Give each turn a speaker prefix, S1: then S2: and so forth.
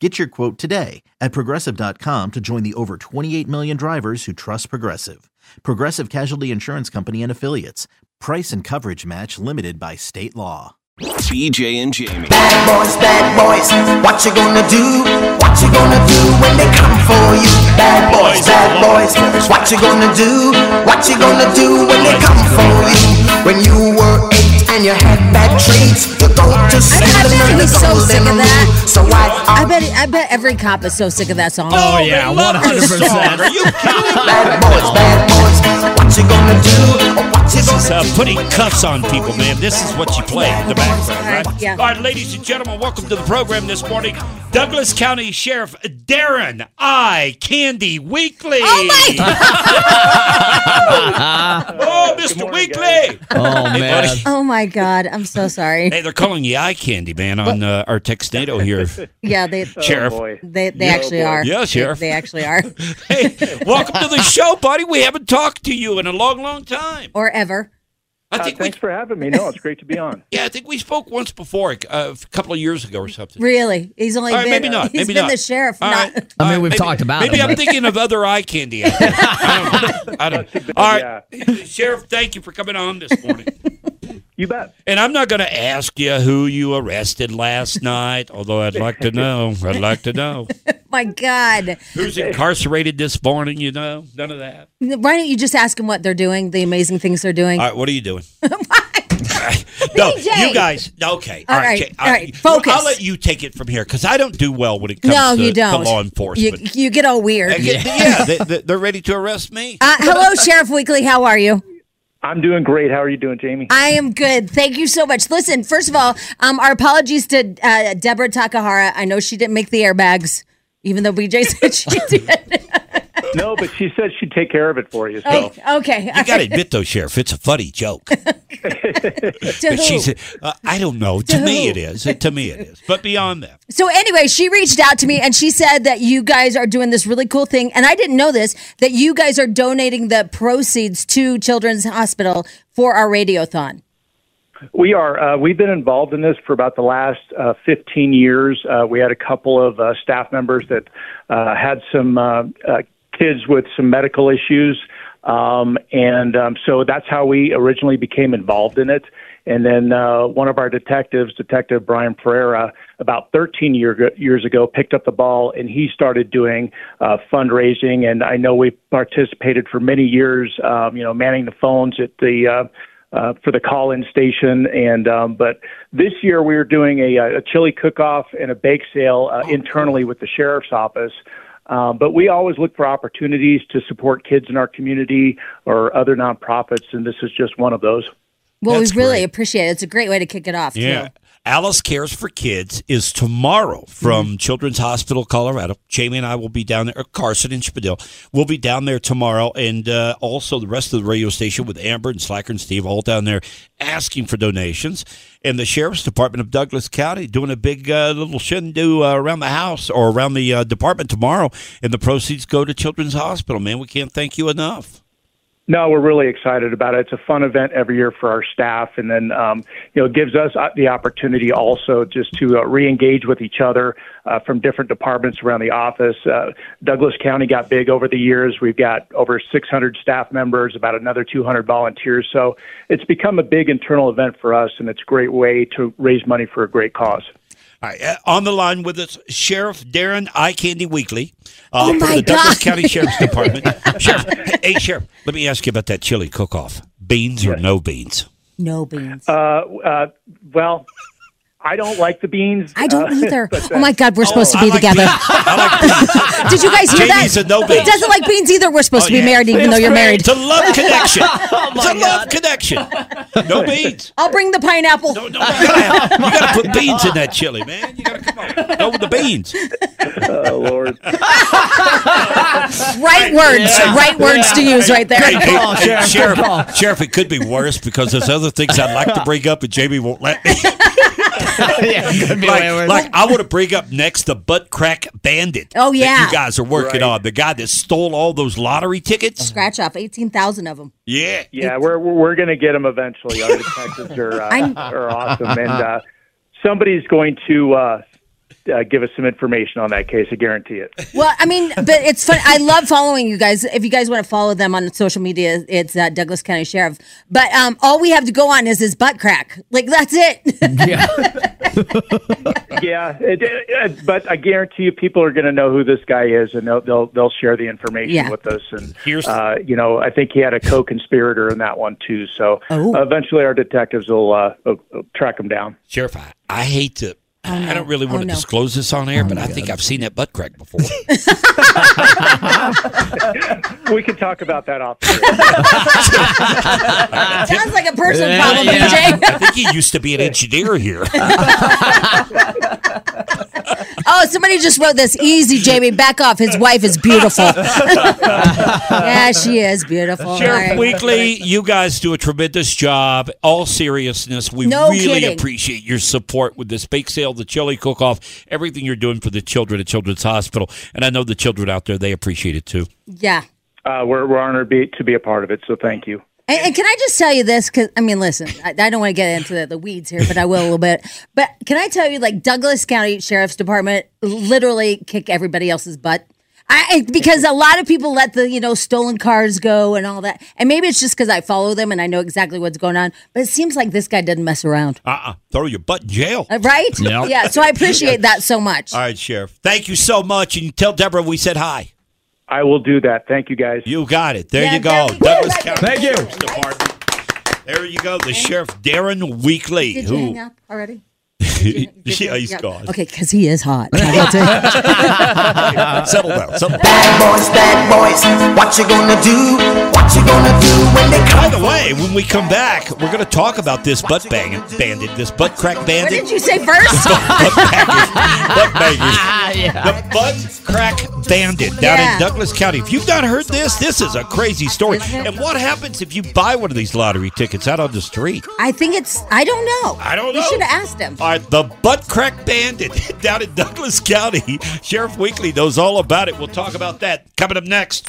S1: Get your quote today at progressive.com to join the over 28 million drivers who trust Progressive. Progressive Casualty Insurance Company and Affiliates. Price and coverage match limited by state law.
S2: BJ and Jamie.
S3: Bad boys, bad boys, what you gonna do? What you gonna do when they come for you? Bad boys, bad boys, what you gonna do? What you gonna do when they come for you? When you were eight and you had bad traits, you go to
S4: I
S3: school
S4: bet- I
S3: and
S4: bet
S3: learn
S4: he
S3: the
S4: was so
S3: golden
S4: sick of that.
S3: rule. So why
S4: I bet I bet every cop is so sick of that song.
S5: Oh, yeah, one hundred percent. Are you kidding?
S3: bad boys, bad boys, what you gonna do? What you
S5: This
S3: gonna
S5: is uh,
S3: do
S5: putting
S3: when they
S5: cuffs
S3: come
S5: on
S3: for
S5: people,
S3: you?
S5: man. This is what you play in the background, right?
S4: Yeah.
S5: All right, ladies and gentlemen, welcome to the program this morning. Douglas County Sheriff Darren I. Candy Weekly.
S4: Oh my god!
S5: Oh, Mr. Weekly.
S6: Oh man,
S5: buddy.
S4: Oh my god! I'm so sorry.
S5: Hey, they're calling you Eye Candy, man, on uh, our Texnado here.
S4: Yeah, they
S5: Sheriff.
S4: they, they actually are.
S5: Yeah,
S4: They-
S5: Sheriff.
S4: They, actually are.
S5: Hey, welcome to the show, buddy. We haven't talked to you in a long, long time.
S4: Or ever.
S5: I
S7: Uh,
S5: think we,
S7: thanks for having me. No, it's great to be on.
S5: yeah, I think we spoke once before, uh, a couple of years ago or something.
S4: Really? He's only
S5: All right,
S4: been
S5: maybe not.
S4: he's
S5: maybe
S4: been
S5: not.
S4: the sheriff.
S5: All
S4: not
S5: right.
S6: I mean,
S5: All right,
S6: we've
S5: maybe-
S6: talked about it,
S5: Maybe I'm
S6: but-
S5: thinking of other eye candy. Out there. I don't. I don't. All right, Sheriff. Thank you for coming on this morning.
S7: You bet.
S5: And I'm not going to ask you who you arrested last night, although I'd like to know. I'd like to know
S4: my god!
S5: who's incarcerated this morning. You know, none of that.
S4: Why don't you just ask him what they're doing? The amazing things they're doing.
S5: All right, what are you doing? no,
S4: BJ.
S5: you guys. Okay,
S4: All right,
S5: Jay,
S4: all right, focus.
S5: I'll let you take it from here because I don't do well when it comes
S4: no,
S5: to,
S4: you don't.
S5: to law
S4: You,
S5: enforcement.
S4: you get all weird.
S5: I get- yeah, they, they, they're ready to arrest me.
S4: Uh, hello, Sheriff Weekly. How are you?
S7: I'm doing great. How are you doing, Jamie?
S4: I am good. Thank you so much. Listen, first of all, um, our apologies to uh, Deborah Takahara. I know she didn't make the airbags, even though BJ said she did.
S7: No, but she said she'd take care of it for you. So
S4: Oh, okay.
S5: You gotta admit though, Sheriff, it's a funny joke.
S4: To
S5: But
S4: who?
S5: she's, uh, I don't know. To me, it is. To me, it is. But beyond that,
S4: so anyway, she reached out to me and she said that you guys are doing this really cool thing, and I didn't know this that you guys are donating the proceeds to Children's Hospital for our radiothon.
S7: we are. Uh, we've been involved in this for about the last uh, 15 years. Uh, we had a couple of uh, staff members that uh, had some uh, uh, kids with some medical issues, um, and um, so that's how we originally became involved in it. And then uh, one of our detectives, Detective Brian Pereira, about 13 year, years ago, picked up the ball and he started doing uh, fundraising. And I know we participated for many years, um, you know, manning the phones at the uh, uh, for the call-in station. And um, but this year we are doing a, uh, a chili cook-off and a bake sale uh, internally with the sheriff's office. Um, but we always look for opportunities to support kids in our community or other nonprofits, and this is just one of those.
S4: Well,
S5: That's
S4: we really
S5: great.
S4: appreciate it. It's a great way to kick it off. too.
S5: Alice Cares for Kids is tomorrow from Children's Hospital, Colorado. Jamie and I will be down there, or Carson and Spadil. We'll be down there tomorrow, and uh, also the rest of the radio station with Amber and Slacker and Steve all down there asking for donations. And the Sheriff's Department of Douglas County doing a big uh, little shindig uh, around the house or around the uh, department tomorrow, and the proceeds go to Children's Hospital. Man, we can't thank you enough.
S7: No, we're really excited about it. It's a fun event every year for our staff, and then um, you know it gives us uh, the opportunity also just to uh, re-engage with each other uh, from different departments around the office. Uh, Douglas County got big over the years. We've got over 600 staff members, about another 200 volunteers. So it's become a big internal event for us, and it's a great way to raise money for a great cause.
S5: All right, uh, on the line with us, Sheriff Darren Eye Candy Weekly uh,
S4: Oh,
S5: from
S4: my
S5: the Douglas
S4: God.
S5: County Sheriff's Department. Sheriff, hey, Sheriff, let me ask you about that chili cook-off. beans or no beans?
S4: No beans.
S7: Uh, uh, well, I don't like the beans.
S4: I don't
S7: uh,
S4: either.
S7: but, uh,
S4: Oh my God, we're supposed to
S5: I
S4: be
S5: like
S4: together.
S5: beans. I like beans.
S4: Did you guys hear
S5: Jamie
S4: that?
S5: said no
S4: he
S5: beans.
S4: doesn't like beans either. We're supposed to be
S5: yeah.
S4: married, even though you're married.
S5: It's a love connection.
S4: Oh
S5: it's a love connection. No beans.
S4: I'll bring the pineapple.
S5: No, no, you gotta, you gotta put beans in that chili, man. You gotta come on. Go with the beans.
S7: Oh Lord.
S4: Right words. Right words to use right there.
S5: Hey, hey, Sheriff, Sheriff, it could be worse because there's other things I'd like to bring up, and Jamie won't let me.
S6: yeah, could be way worse.
S5: like, like, I want to bring up next the butt crack bandit.
S4: Oh,
S5: that
S4: yeah.
S5: you guys are working on the guy that stole all those lottery tickets.
S4: Scratch off 18,000 of them.
S5: Yeah,
S7: Yeah, we're we're, we're going to get them eventually. Our detectives are uh,
S4: I'm-
S7: are awesome, and uh, somebody's going to uh, uh, give us some information on that case. I guarantee it.
S4: Well, I mean, but it's fun. I love following you guys. If you guys want to follow them on social media, it's uh, Douglas County Sheriff. But um, all we have to go on is his butt crack. Like, that's it.
S6: yeah.
S7: yeah, it, it, but I guarantee you, people are going to know who this guy is, and they'll they'll, they'll share the information
S4: Yeah.
S7: with us. And
S5: Here's-
S7: uh, you know, I think he had a co-conspirator in that one too. So
S4: Oh.
S7: eventually, our detectives will, uh, will, will track him down.
S5: Sheriff, I, I hate to. I don't really want
S4: Oh,
S5: to
S4: no.
S5: disclose this on air, but I think I've seen that butt crack before.
S7: We can talk about that off.
S5: Ah.
S4: Sounds like a personal
S6: Yeah,
S4: problem,
S6: yeah.
S4: BJ.
S5: I think he used to be an engineer here.
S4: Oh, somebody just wrote this. Easy, Jamie. Back off. His wife is beautiful. yeah, she is beautiful. All
S5: Sheriff
S4: right.
S5: Weekly, you guys do a tremendous job. All seriousness, we
S4: No
S5: really
S4: kidding.
S5: appreciate your support with this bake sale, the chili cook off, everything you're doing for the children at Children's Hospital. And I know the children out there, they appreciate it too.
S4: Yeah.
S7: Uh, we're we're honored to be, to be a part of it. So thank you.
S4: And, and can I just tell you this? Because I mean, listen, I, I don't want to get into the, the weeds here, but I will a little bit. But can I tell you, like Douglas County Sheriff's Department, literally kick everybody else's butt. I I- because a lot of people let the you know stolen cars go and all that, and maybe it's just because I follow them and I know exactly what's going on. But it seems like this guy doesn't mess around,
S5: Uh uh Throw your butt in jail.
S4: Uh, right?
S5: Yeah.
S4: Yeah. So I appreciate that so much.
S5: All right, Sheriff. Thank you so much. And tell Deborah we said hi.
S7: I will do that. Thank you, guys.
S5: You got it. There
S4: Yeah,
S5: you go.
S4: there we go.
S5: Douglas
S4: Like
S5: County
S4: that. Thank you.
S5: Sheriff's Department. There you go. The Sheriff Darren Weekly.
S4: Did you
S5: who
S4: hang up already?
S5: yeah, he's gone.
S4: Okay, because he is hot. I will tell you.
S5: Settle down. Settle down.
S3: Bad boys, bad boys, what you gonna do? What you gonna do when they
S5: By
S3: come?
S5: the way, when we come back, we're going to talk about this butt bang bandit, this butt crack
S4: What
S5: bandit.
S4: did you say first?
S5: butt bangers. Butt bangers. The butt crack bandit down
S4: Yeah.
S5: in Douglas County. If you've not heard this, this is a crazy story. And what happens if you buy one of these lottery tickets out on the street?
S4: I think it's. I don't know.
S5: I don't know.
S4: You should have asked him.
S5: All right, the butt crack bandit down in Douglas County. Sheriff Weekly knows all about it. We'll talk about that coming up next.